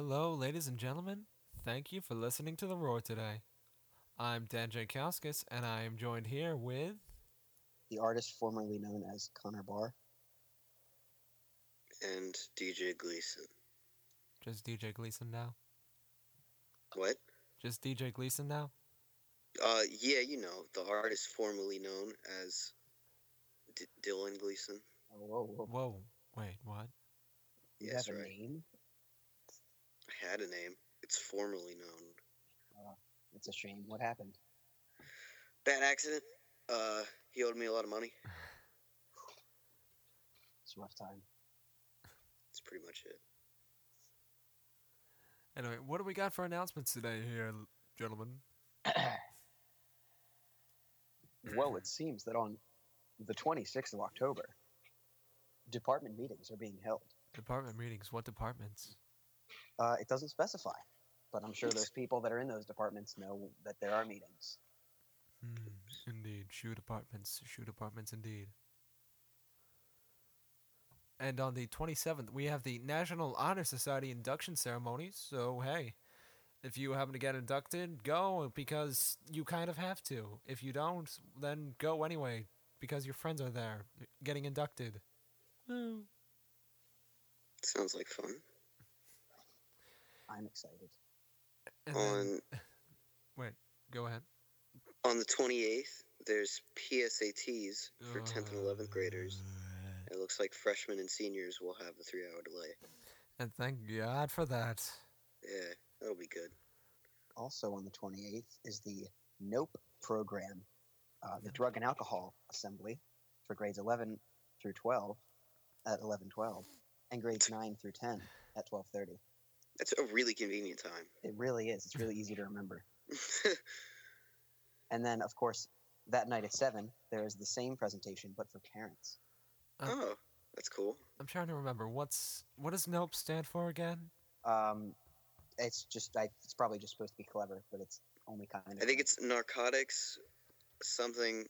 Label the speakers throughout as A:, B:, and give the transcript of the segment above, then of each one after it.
A: Ladies and gentlemen, thank you for listening to The Roar today. I'm Dan Jankowskis, and I am joined here with.
B: the artist formerly known as Connor Barr.
C: and DJ Gleason.
A: Just DJ Gleason now.
C: What?
A: Just DJ Gleason now.
C: Uh, yeah, you know the artist formerly known as D- Dylan Gleason.
B: Oh, whoa, whoa.
A: Whoa, wait, what?
B: You
C: Yes,
B: have a
C: right.
B: name?
C: I had a name. It's formerly known.
B: It's a shame. What happened?
C: Bad accident. Uh, he owed me a lot of money.
B: It's a rough time.
C: That's pretty much it.
A: Anyway, what do we got for announcements today, here, l- gentlemen?
B: Well, it seems that on the 26th of October, department meetings are being held.
A: Department meetings. What departments?
B: Uh, it doesn't specify, but I'm sure those people that are in those departments know that there are meetings.
A: Hmm, indeed, shoe departments. Shoe departments, indeed. And on the 27th, we have the National Honor Society induction ceremony. So, hey, if you happen to get inducted, go because you kind of have to. If you don't, then go anyway because your friends are there getting inducted. Woo.
C: Sounds like fun.
B: I'm excited.
A: And then,
C: On
A: go ahead.
C: on the twenty eighth, there's PSATs for tenth and
B: Uh,
C: eleventh graders. It looks like freshmen and seniors will have a three hour delay.
A: And thank God for that.
C: Yeah, that'll be good.
B: Also on the 28th is the NOPE program, uh, the Drug and Alcohol Assembly for grades 11 through 12 at 11:12 and grades 9 through 10 at 12:30.
C: That's a really convenient time.
B: It really is. It's really easy to remember. And then, of course, that night at seven, there is the same presentation, but for parents. Uh,
C: oh, that's cool.
A: I'm trying to remember what's what does NOPE stand for again?
B: Um, it's just, I, it's probably just supposed to be clever, but it's only kind of.
C: I think it's narcotics, something,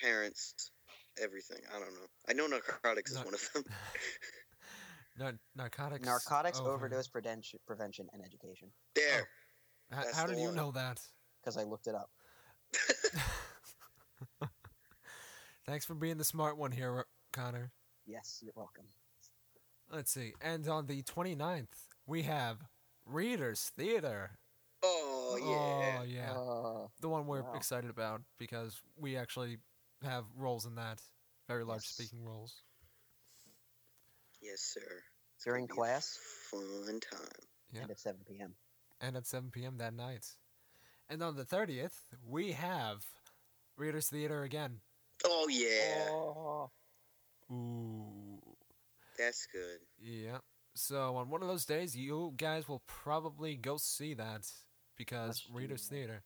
C: parents, everything. I don't know. I know narcotics is
A: Nar-
C: one of them.
A: Nar- narcotics.
B: narcotics
A: over-
B: overdose prevention, prevention and education
C: There.
A: H-
C: that's
A: how
C: the
A: did you
C: one.
A: know that?
B: because I looked it up.
A: Thanks for being the smart one here, Connor.
B: Yes, you're welcome.
A: Let's see. And on the 29th, we have Readers Theater.
C: Oh, yeah.
A: Oh, yeah.
B: Uh,
A: the one we're
B: wow.
A: excited about because we actually have roles in that. Very large
B: Yes.
A: speaking roles.
C: Yes, sir. It's
B: During
C: gonna be a
B: class?
C: Fun time.
A: Yeah.
B: And at 7 p.m.
A: and at 7 p.m. that night. And on the 30th, we have Readers Theater again.
C: Oh, yeah.
B: Oh,
A: Ooh.
C: That's good.
A: Yeah. So on one of those days, you guys will probably go see that because
B: Let's do
A: Readers
B: that.
A: Theater.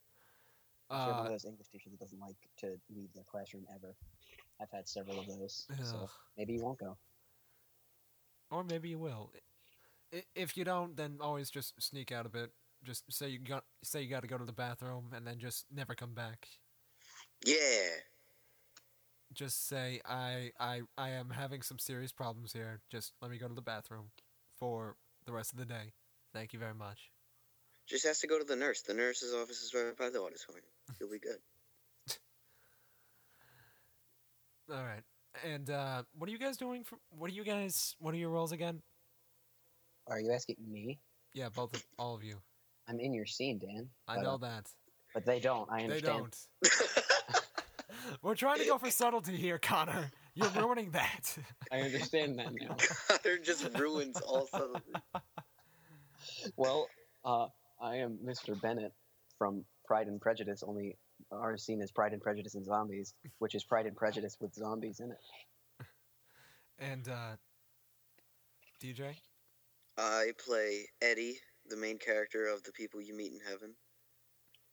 B: if you're one of
A: Uh,
B: those English teachers that doesn't like to leave their classroom ever. I've had several of those, so
A: ugh.
B: maybe you won't go.
A: or maybe you will. I- If you don't, then always just sneak out a bit. Just say you got say you got to go to the bathroom, and then just never come back.
C: Yeah.
A: just say I I I am having some serious problems here. Just let me go to the bathroom for the rest of the day. Thank you very much.
C: Just has to go to the nurse. The nurse's office is right by the auditorium. You'll be good.
A: All right. And uh, what are you guys doing for? What are you guys? What are your roles again?
B: Are you asking me?
A: Yeah, both of, all of you.
B: I'm in your scene, Dan.
A: I
B: but, uh,
A: know that
B: but they don't. I
A: they
B: understand.
A: don't. We're trying to go for subtlety here, Connor. You're ruining that.
B: I understand that now.
C: Connor just ruins all sudden.
B: Well, uh, I am Mr. Bennett from Pride and Prejudice, only our scene is Pride and Prejudice and Zombies, which is Pride and Prejudice with zombies in it.
A: And uh, DJ.
C: I play Eddie, the main character of The People You Meet in Heaven.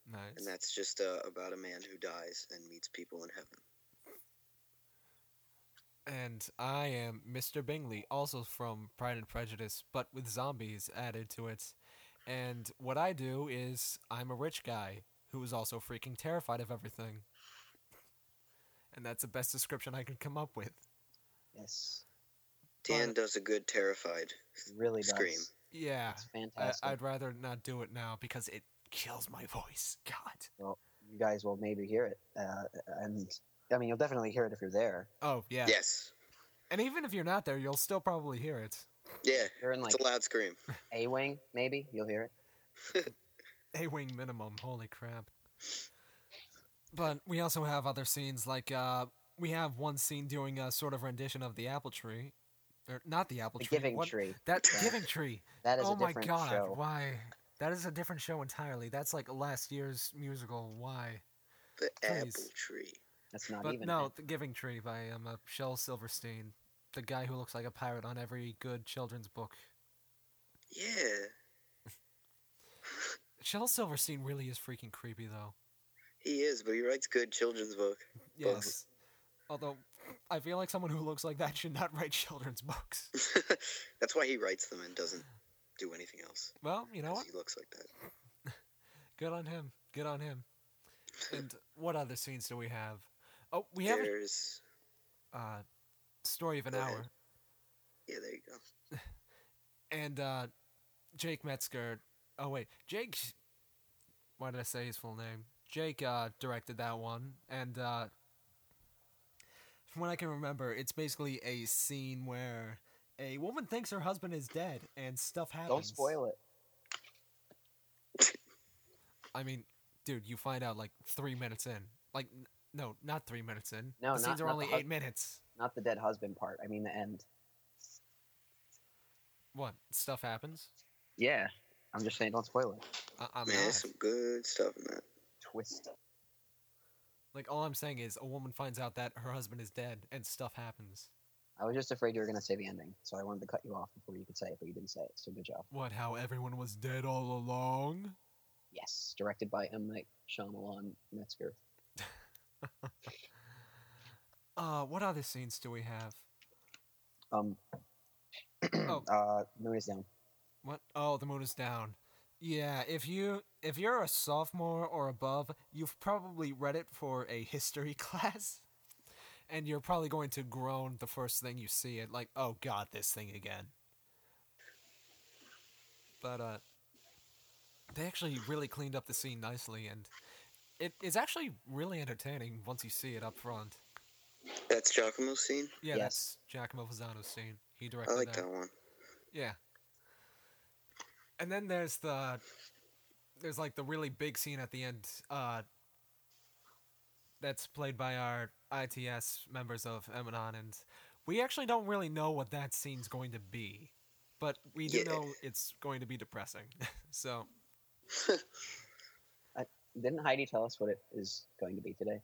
C: And
A: Nice.
C: that's just uh, about a man who dies and meets people in heaven.
A: And I am Mr. Bingley, also from Pride and Prejudice, but with zombies added to it. And what I do is I'm a rich guy who is also freaking terrified of everything. And that's the best description I could come up with.
B: Yes,
C: Dan
A: But-
C: does a good terrified.
B: it really does.
C: Scream.
A: Yeah.
B: It's
A: I,
B: fantastic.
A: I'd rather not do it now because it kills my voice. God.
B: you guys will maybe hear it, uh, and I mean, you'll definitely hear it if you're there.
A: Oh, yeah.
C: Yes.
A: And even if you're not there, you'll still probably hear it.
C: Yeah.
B: You're in like
C: It's a loud scream.
B: A wing, maybe you'll hear it.
A: A wing minimum. Holy crap. But we also have other scenes like uh, we have one scene doing a sort of rendition of the apple tree, or not the apple
B: The
A: tree.
B: Giving
A: what-
B: Tree.
A: That
B: Yeah.
A: giving tree.
B: That is
A: oh
B: a
A: my
B: different
A: god!
B: show.
A: Why? That is a different show entirely. That's like last year's musical. Why?
C: The
A: Please.
C: apple tree.
B: That's not
A: but
B: even.
A: no, The Giving Tree by um, uh, Shel Silverstein, the guy who looks like a pirate on every good children's book.
C: Yeah.
A: Shel Silverstein really is freaking creepy, though.
C: He is, but he writes good children's book.
A: Yes. Although, I feel like someone who looks like that should not write children's books.
C: That's why he writes them and doesn't do anything else.
A: Well, you know
C: 'cause
A: what?
C: He looks like that.
A: Good on him. Good on him. And what other scenes do we have? Oh, we have a
C: There's
A: uh, story of an
C: Go
A: hour.
C: ahead. yeah, there you go.
A: and uh, Jake Metzger. Oh wait, Jake. Why did I say his full name? Jake uh, directed that one, and uh, from what I can remember, it's basically a scene where a woman thinks her husband is dead, and stuff happens.
B: Don't spoil it.
A: I mean, dude, you find out like three minutes in. Like, n- no, not three minutes in.
B: No,
A: the scenes are
B: not- not
A: only
B: the hus-
A: eight minutes.
B: Not the dead husband part. I mean the end.
A: What stuff happens?
B: Yeah. I'm just saying, don't spoil it.
A: I- I'm
C: Man,
A: not.
C: there's some good stuff in that.
B: Twist.
A: Like, all I'm saying is, a woman finds out that her husband is dead, and stuff happens.
B: I was just afraid you were going to say the ending, so I wanted to cut you off before you could say it, but you didn't say it. So good job.
A: What, how everyone was dead all along?
B: Yes, directed by M Night Shyamalan Metzger.
A: Uh, what other scenes do we have?
B: Um.
A: Oh.
B: Uh, moon is down.
A: What? Oh, the moon is down. Yeah, if you if you're a sophomore or above, you've probably read it for a history class, and you're probably going to groan the first thing you see it, like, oh god, this thing again. But uh, they actually really cleaned up the scene nicely, and it is actually really entertaining once you see it up front.
C: That's Giacomo's scene.
A: Yeah,
B: Yes.
A: that's Giacomo Fasano's scene. He
C: I
A: directed
C: like
A: that.
C: that one.
A: Yeah. And then there's the there's like the really big scene at the end uh that's played by our ITS members of Emanon and we actually don't really know what that scene's going to be, but we do
C: Yeah.
A: know it's going to be depressing. so,
B: Didn't Heidi tell us what it is going to be today?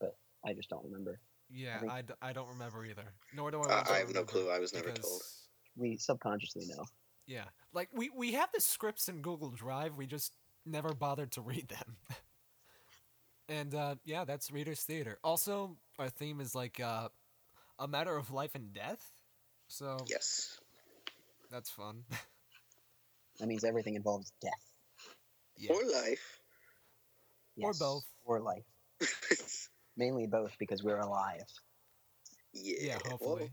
B: But I just don't remember.
A: yeah,
B: I think-
A: I, d- I don't remember either. Nor do I.
C: I,
A: want to
C: I have
A: Oh,
C: no
A: remember
C: clue. I was never told.
A: because-
B: We subconsciously know.
A: Yeah. Like we we have the scripts in Google Drive, we just never bothered to read them. and uh yeah, that's Reader's Theater. Also, our theme is like uh a matter of life and death. So
C: Yes.
A: that's fun.
B: That means everything involves death.
A: yeah.
C: Or life.
A: Or
B: Yes,
A: both.
B: Or life. Mainly both because we're alive.
C: yeah.
A: yeah,
C: well,
A: hopefully.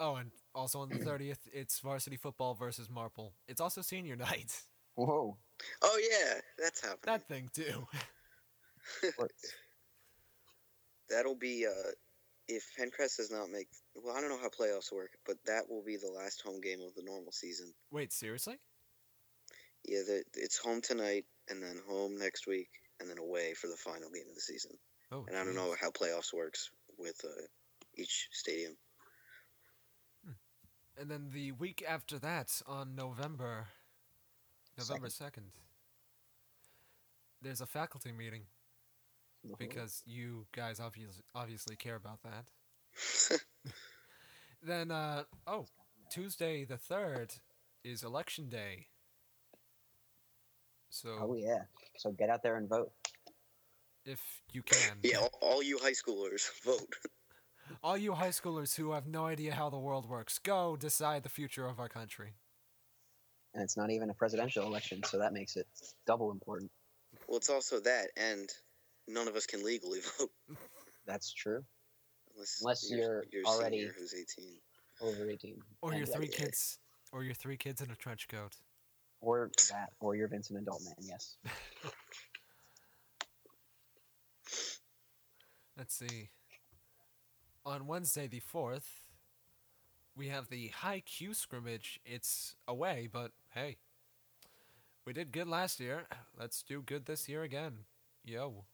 A: Oh, and also on the 30th, it's varsity football versus Marple. It's also senior night.
B: Whoa.
C: oh yeah, that's happening.
A: That thing too.
B: Sports.
C: That'll be uh, if Pencrest does not make. Well, I don't know how playoffs work, but that will be the last home game of the normal season.
A: Wait, seriously?
C: Yeah, the, it's home tonight, and then home next week, and then away for the final game of the season.
A: Oh,
C: And I don't
A: jeez.
C: know how playoffs works with uh, each stadium.
A: And then the week after that, on November, November second, there's a faculty meeting
B: Uh-huh.
A: because you guys obviously obviously care about that. Then, uh, oh, Tuesday the third is election day.
B: Oh
A: So
B: yeah. So get out there and vote.
A: if you can,
C: yeah, all, all you high schoolers vote.
A: all you high schoolers who have no idea how the world works, go decide the future of our country.
B: And it's not even a presidential election, so that makes it double important.
C: Well, it's also that, and none of us can legally vote
B: That's true.
C: unless,
B: Unless you're
C: your
B: already-
C: senior who's eighteen.
B: Over eighteen.
A: Or your
B: And, uh,
A: three
C: yeah.
A: kids Or your three kids in a trench coat.
B: Or that, or you're Vincent Adult Man, yes.
A: Let's see. On Wednesday the 4th, we have the high Q scrimmage. It's away, but hey. We did good last year. Let's do good this year again. Yo.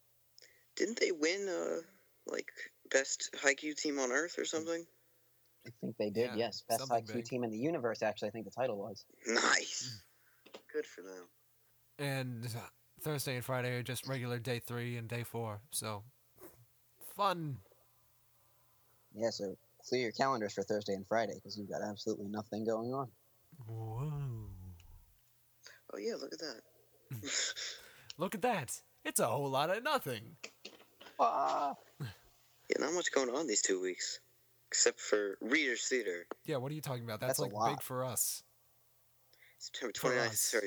C: Didn't they win, uh, like, best haiku team on earth
B: Hmm.
C: or something?
B: I think they did,
A: Yeah,
B: yes. Best
A: something
B: IQ
A: big.
B: team in the universe, actually, I think the title was.
C: Nice. Good for them.
A: And Thursday and Friday are just regular day three and day four. So, fun.
B: Yeah, so clear your calendars for Thursday and Friday because you've got absolutely nothing going on.
A: Whoa.
C: Oh, yeah, look at that.
A: Look at that. It's a whole lot of nothing.
B: Ah!
C: yeah, not much going on these two weeks, except for Reader's Theater,
A: Yeah, what are you talking about?
B: That's
A: That's,
B: a
A: like big
B: lot.
A: for us.
C: September
A: For
C: 29th
A: us.
C: to 30th,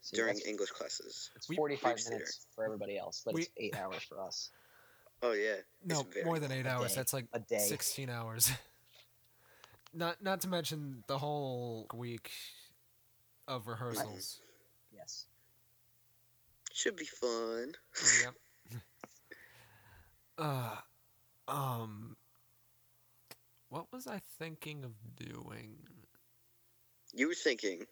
B: See,
C: during
B: that's-
C: English classes.
B: It's
A: We-
B: 45
C: Reader's
B: minutes for everybody else, but
A: We-
B: it's eight hours for us.
C: Oh, yeah.
A: No,
C: very
A: more than eight
B: a
A: hours.
B: day.
A: That's like
B: A day.
A: 16 hours. not not to mention the whole week of rehearsals.
B: Yes.
C: Should be fun.
A: yep. Uh, um, what was I thinking of doing?
C: You were thinking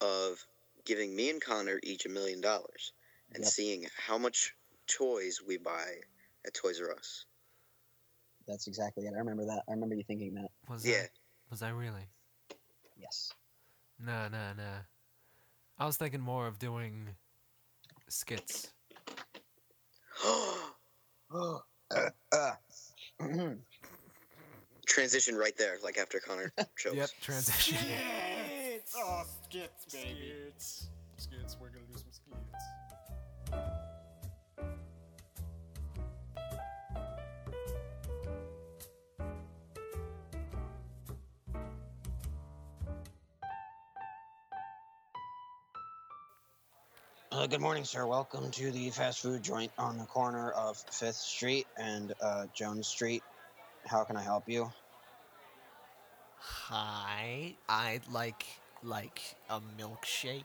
C: of giving me and Connor each a million dollars and
B: Yep.
C: seeing how much toys we buy at Toys R Us.
B: That's exactly it. I remember that. I remember you thinking that.
A: Was
C: Yeah.
A: I, was I really?
B: Yes.
A: Nah, nah, nah. I was thinking more of doing skits.
B: uh, uh.
C: Transition right there, like after Connor chokes.
A: Yep, transition.
D: Skits! Oh, skits, baby. Skits. Skits, we're gonna do some skits.
B: Uh, good morning, sir. Welcome to the fast food joint on the corner of Fifth Street and uh, Jones Street. How can I help you?
E: Hi, I'd like like a milkshake.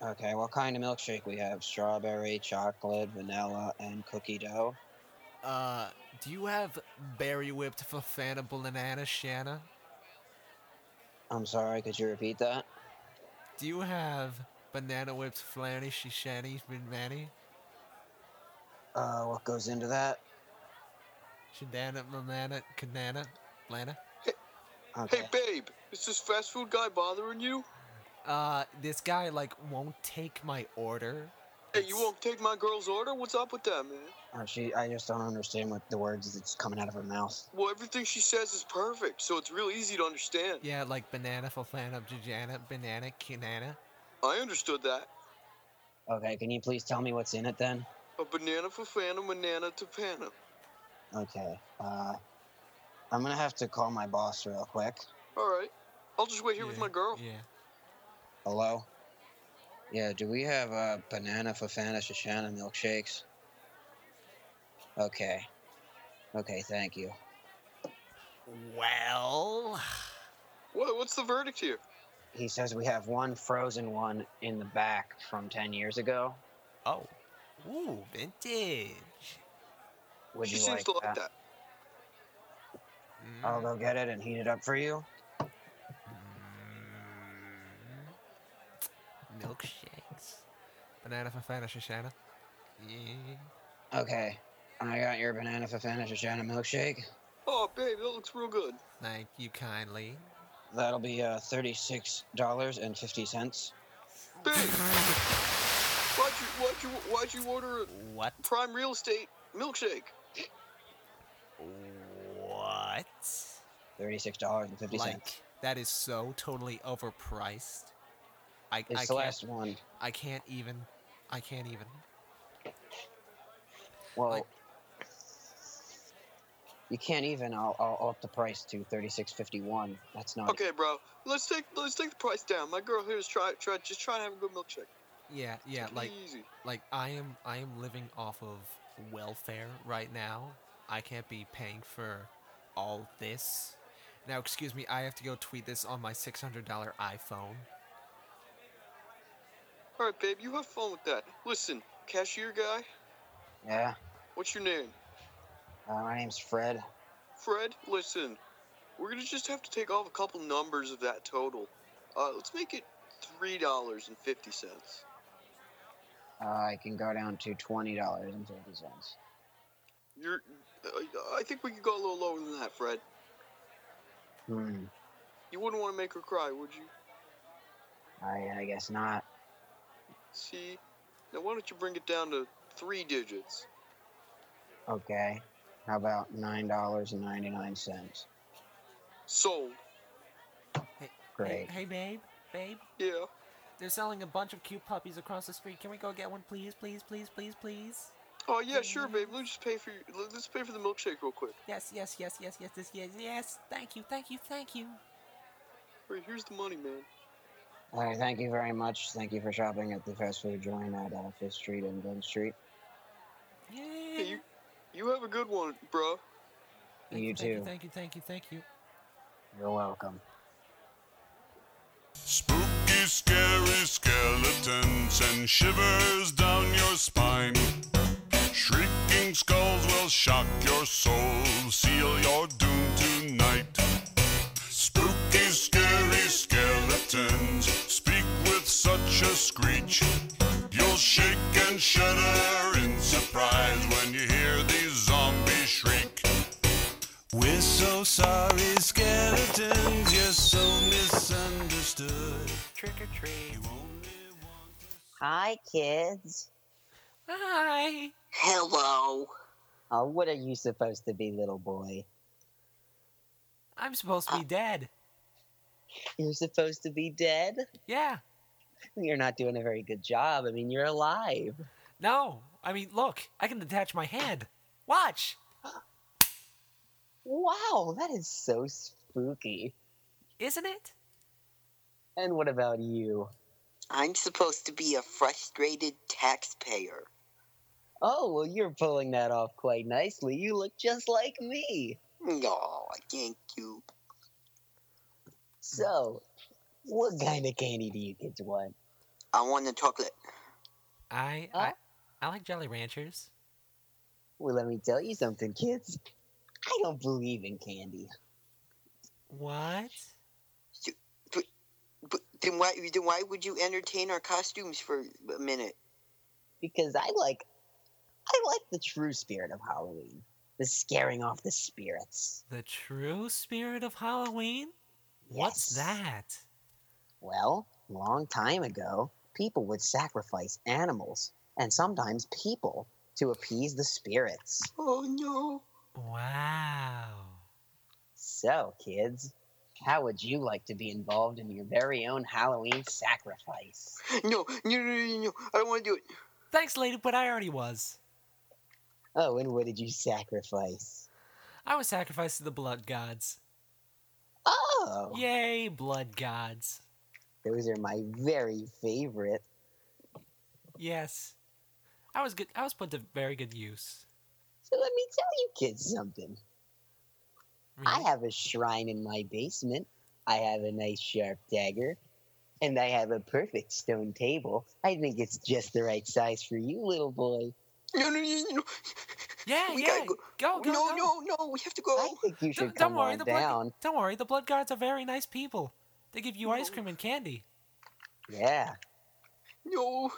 B: Okay, what kind of milkshake we have? Strawberry, chocolate, vanilla, and cookie dough.
E: Uh,
A: Do you have berry whipped for Fanta Banana Shanna?
B: I'm sorry, could you repeat that?
A: Do you have banana whipped flanny shishanny manny?
B: Uh, what goes into that?
A: Shadana manana kanana blana?
B: Okay.
C: babe, is this fast food guy bothering you?
A: Uh, this guy like won't take my order. It's-
C: take my girl's order? What's up with that, man?
B: Oh, she, I just don't understand what the words that's coming out of her mouth.
C: Well, everything she says is perfect, so it's real easy to understand.
A: Yeah, like banana for Fanta Jajana, banana kinana.
C: I understood that.
B: Okay, can you please tell me what's in it then?
C: A banana for Phantom, banana to Phantom.
B: Okay. Uh, I'm gonna have to call my boss real quick.
C: All right. I'll just wait here with
A: Yeah,
C: my girl.
A: Yeah.
B: Hello? Yeah, do we have uh, banana Fafana Shoshana milkshakes? Okay. Okay, thank you.
E: well,
F: What, what's the verdict here?
B: He says we have one frozen one in the back from 10 years ago.
E: oh, ooh, vintage.
B: Would
F: she
B: you
F: seems
B: like,
F: to like
B: that?
F: that.
B: I'll go get it and heat it up for you.
E: Milkshakes.
A: Banana for Fanta Shoshana.
E: Yeah.
B: Okay. I got your banana Fafana Shoshana milkshake.
F: Oh, babe, that looks real good.
A: Thank you kindly.
B: That'll be uh, $36.50.
F: Babe, why'd you, why'd you, why'd you order a
E: What?
F: prime real estate milkshake?
E: What?
B: $36.50.
E: Like that is so totally overpriced. I
B: it's
E: I
B: the
E: can't
B: last one.
E: I can't even. I can't even.
B: Well,
E: Like-
B: you can't even. I'll, I'll up the price to thirty six fifty one. That's not
F: Okay, bro, let's take, let's take the price down. My girl here is try, try, just trying to have a good milkshake.
E: Yeah, yeah.
F: Take it
E: Like
F: easy.
E: like I am I am living off of welfare right now. I can't be paying for all this.
G: Now, excuse me, I have to go tweet this on my $600 iPhone.
F: All right, babe, you have fun with that. Listen, cashier guy,
H: Yeah.
F: what's your name?
H: Uh, my name's Fred.
F: Fred, listen, we're gonna just have to take off a couple numbers of that total. Uh, let's make it three dollars and fifty cents.
H: Uh, I can go down to twenty dollars and fifty cents.
F: You're, uh, I think we could go a little lower than that, Fred.
H: Hmm.
F: You wouldn't want to make her cry, would you?
H: I, I guess not.
F: See, now why don't you bring it down to three digits?
H: Okay. How about nine dollars and ninety nine cents?
F: Sold.
H: Great.
A: Hey, hey, babe, babe.
F: Yeah.
A: They're selling a bunch of cute puppies across the street. Can we go get one, please, please, please, please, please?
F: Oh yeah, sure, babe. Let's just pay for your, let's pay for the milkshake real quick.
A: Yes, yes, yes, yes, yes, yes, yes, yes. Thank you, thank you, thank you.
F: All right, here's the money, man.
H: All right, thank you very much. Thank you for shopping at the fast food joint at uh, Fifth Street and Glen Street.
A: Yeah.
F: Hey, you, you have a good one, bro.
A: Thank
H: You
A: thank
H: too.
A: Thank you, thank you, thank you.
H: You're welcome.
I: Spooky, scary skeletons and shivers down your spine. Shrieking skulls will shock your soul, seal your doom tonight. Spooky, scary skeletons speak with such a screech. You'll shake and shudder in surprise when you hear these zombies shriek. We're so sorry, skeletons, you're so misunderstood.
A: Trick or treat.
B: Hi, kids.
A: Hi.
B: Hello.
H: Oh, what are you supposed to be, little boy?
A: I'm supposed
H: Ah.
A: to be dead.
B: You're supposed to be dead?
A: Yeah.
B: You're not doing a very good job. I mean, you're alive.
A: No. I mean, look. I can detach my hand. Watch.
B: Wow, that is so spooky.
A: Isn't it?
B: And what about you?
C: I'm supposed to be a frustrated taxpayer.
B: Oh, well, you're pulling that off quite nicely. You look just like me.
C: No, thank you.
B: So, what kind of candy do you kids want?
C: I want a chocolate.
A: I I, I like Jolly Ranchers.
B: Well, let me tell you something, kids. I don't believe in candy.
A: What?
C: But then why then why would you entertain our costumes for a minute?
B: because I like I like the true spirit of Halloween. The scaring off the spirits.
A: The true spirit of Halloween? What's
B: Yes.
A: that?
B: Well, long time ago, people would sacrifice animals and sometimes people to appease the spirits.
C: Oh no.
A: Wow.
B: So, kids, how would you like to be involved in your very own Halloween sacrifice?
C: No, no, no, no, no. I don't want to do it.
A: Thanks, lady, but I already was.
B: Oh, and what did you sacrifice?
A: I was sacrificed to the blood gods.
B: Oh,
A: Yay, blood gods.
B: those are my very favorite.
A: Yes. I was good I was put to very good use.
B: So let me tell you kids something. I
A: Really?
B: have a shrine in my basement. I have a nice sharp dagger. And I have a perfect stone table. I think it's just the right size for you, little boy.
C: No, no, no, no.
A: yeah,
C: we
A: yeah.
C: gotta go.
A: Go, go,
C: no,
A: go.
C: no, no. We have to go.
B: I think you should
A: Oh, Don't,
B: come
A: don't worry,
B: on
A: the blood
B: down.
A: Don't worry, the blood guards are very nice people. They give you ice cream and candy.
B: Yeah.
C: No,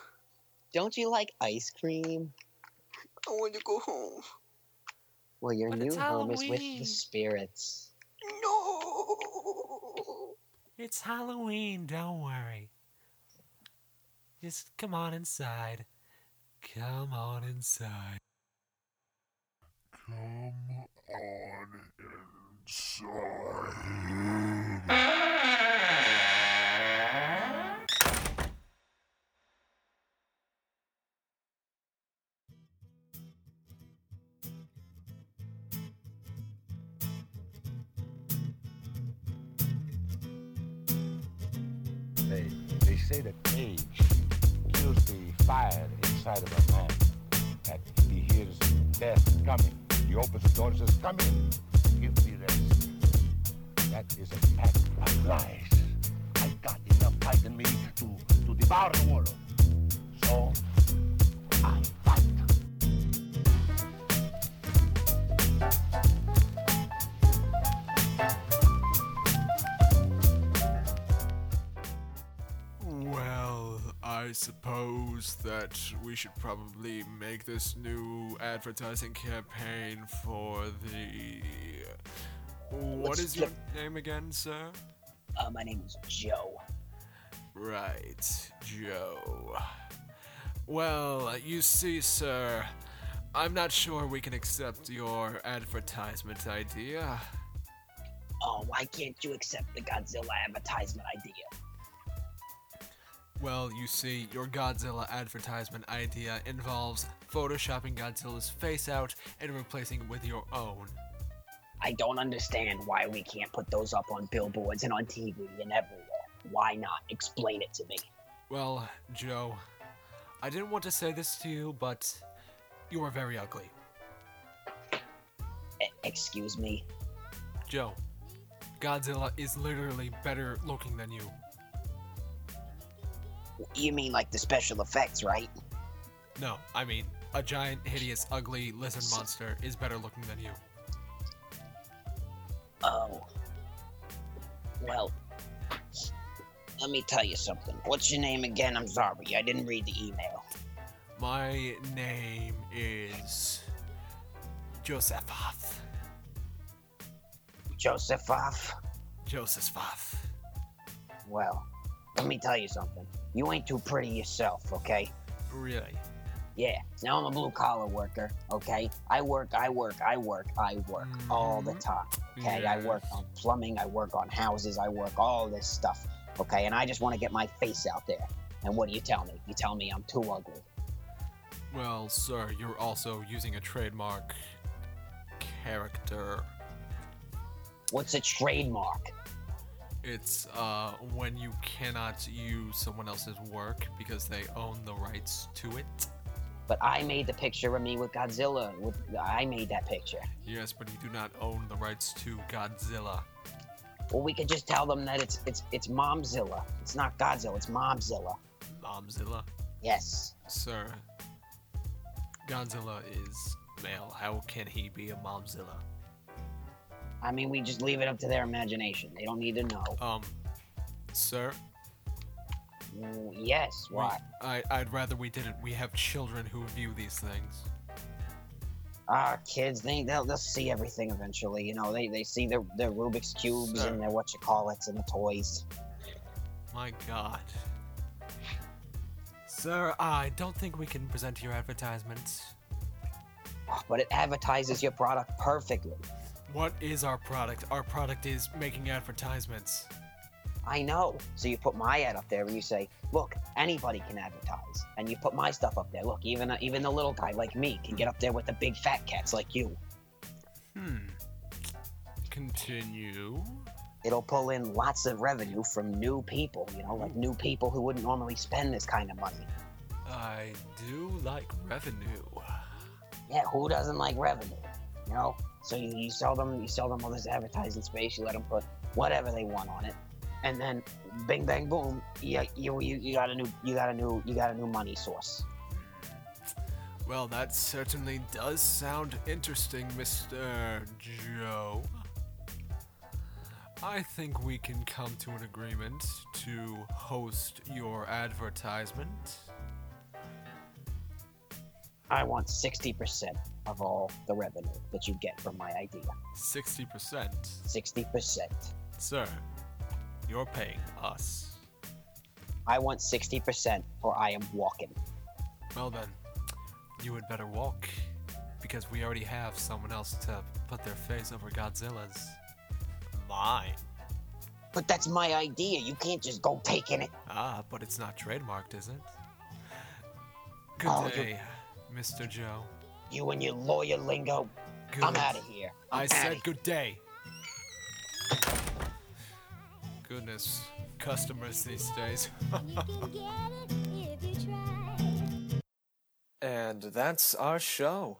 B: Don't you like ice cream?
C: I want to go home.
B: Well, your
A: But
B: new
A: it's
B: home is with
A: Halloween.
B: the spirits.
C: No.
A: It's Halloween, don't worry. Just come on inside. Come on inside.
I: Come on inside.
J: They, they say that age kills the fire inside of a man. That he hears death coming. He opens the door and says, Come in, give me rest. That is an act of lies. I got enough fight in me to, to devour the world. So I fight.
A: Well, I suppose that we should probably make this new advertising campaign for the. What
K: Let's
A: is your name again, sir?
L: Uh, my name is Joe.
A: Right, Joe. Well, you see, sir, I'm not sure we can accept your advertisement idea.
L: Oh, why can't you accept the Godzilla advertisement idea?
A: Well, you see, your Godzilla advertisement idea involves photoshopping Godzilla's face out and replacing it with your own.
L: I don't understand why we can't put those up on billboards and on TV and everywhere. Why not? Explain it to me.
A: Well, Joe, I didn't want to say this to you, but you are very ugly.
L: E, Excuse me?
A: Joe, Godzilla is literally better looking than you.
L: You mean like the special effects, right?
A: No, I mean, a giant, hideous, ugly lizard monster is better looking than you.
L: Oh. Well, let me tell you something. What's your name again? I'm sorry. I didn't read the email.
A: My name is. Josephoff.
L: Josephoff?
A: Josephoff.
L: Well, let me tell you something. You ain't too pretty yourself, okay?
A: Really?
L: Yeah. Now I'm a blue collar worker, okay? I work, I work, I work, I work all
A: Mm-hmm.
L: the time. Okay? I work on plumbing, I work on houses, I work all this stuff. Okay? And I just want to get my face out there. And what do you tell me? You tell me I'm too ugly.
A: Well, sir, you're also using a trademark character.
L: What's a trademark?
A: It's uh, when you cannot use someone else's work because they own the rights to it.
L: But I made the picture of me with Godzilla. With I made that picture.
A: Yes, but you do not own the rights to Godzilla.
L: Well, we could just tell them that it's it's it's Momzilla. It's not Godzilla. It's Momzilla.
A: Momzilla.
L: Yes.
A: Sir, Godzilla is male. How can he be a Momzilla?
L: I mean, we just leave it up to their imagination. They don't need to know.
A: Um, sir?
L: Mm, Yes.
A: We-
L: Why?
A: I, I'd rather we didn't. We have children who view these things.
L: Ah, kids. They they'll, they'll see everything eventually. You know, they they see their their Rubik's cubes
A: Sure.
L: and their what you call it's and the toys.
A: My god. Sir, I don't think we can present your advertisement.
L: But it advertises your product perfectly.
A: What is our product? Our product is making advertisements.
L: I know. So you put my ad up there, and you say, "Look, anybody can advertise," and you put my stuff up there. Look, even uh, even the little guy like me can get up there with the big fat cats like you.
A: Hmm. Continue.
L: It'll pull in lots of revenue from new people, you know, like new people who wouldn't normally spend this kind of money.
A: I do like revenue.
L: Yeah, who doesn't like revenue? You know, so you, you sell them, you sell them all this advertising space. You let them put whatever they want on it, and then, bing bang boom, you you, you, you got a new you got a new you got a new money source.
A: Well, that certainly does sound interesting, Mr. Joe. I think we can come to an agreement to host your advertisement.
L: I want 60% of all the revenue that you get from my idea.
A: 60%.
L: 60%.
A: Sir, you're paying us.
L: I want 60% or I am walking.
A: Well then, you had better walk, because we already have someone else to put their face over Godzilla's. Mine.
L: But that's my idea. You can't just go taking it.
A: Ah, but it's not trademarked, is it? Good
L: Oh, you-
A: day, Mr. Joe.
L: You and your lawyer lingo. I'm
A: Good.
L: out of here. I'm
A: I
L: outta
A: said good day. Goodness, customers these days.
K: And that's our show.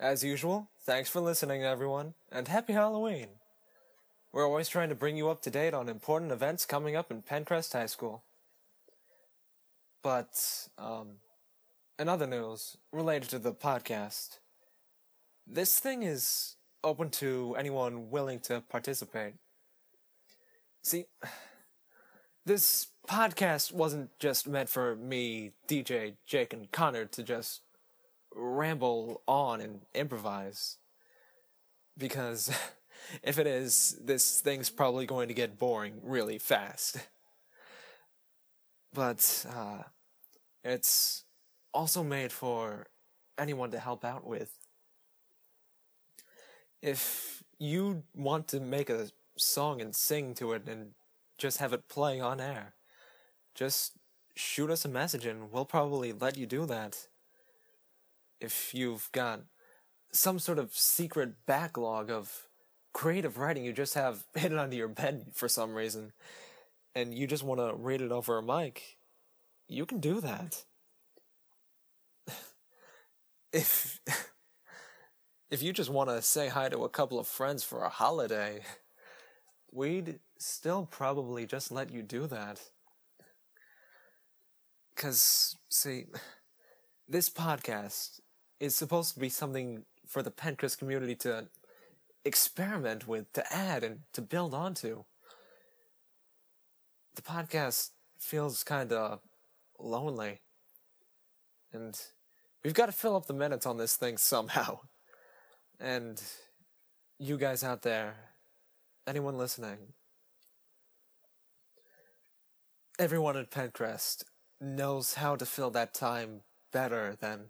K: As usual, thanks for listening, everyone, and happy Halloween.
A: We're always trying to bring you up to date on important events coming up in Pencrest High School. But, um, in other news related to the podcast, this thing is open to anyone willing to participate. See, this podcast wasn't just meant for me, DJ, Jake, and Connor to just ramble on and improvise. Because if it is, this thing's probably going to get boring really fast. But uh, it's also made for anyone to help out with. If you want to make a song and sing to it and just have it play on air, just shoot us a message and we'll probably let you do that. If you've got some sort of secret backlog of creative writing you just have hidden under your bed for some reason, and you just want to read it over a mic, you can do that. if if you just want to say hi to a couple of friends for a holiday, we'd still probably just let you do that. Cuz see, this podcast is supposed to be something for the Pencrest community to experiment with, to add and to build onto. The podcast feels kind of lonely. And we've got to fill up the minutes on this thing somehow. And you guys out there, anyone listening, everyone at Pencrest knows how to fill that time better than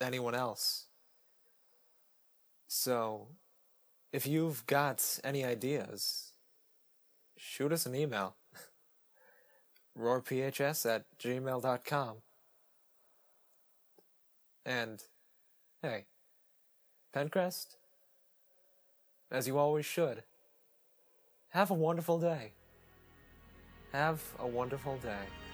A: anyone else. So, if you've got any ideas, shoot us an email. roarphs at gmail.com. And, hey, Pencrest, as you always should, have a wonderful day. Have a wonderful day.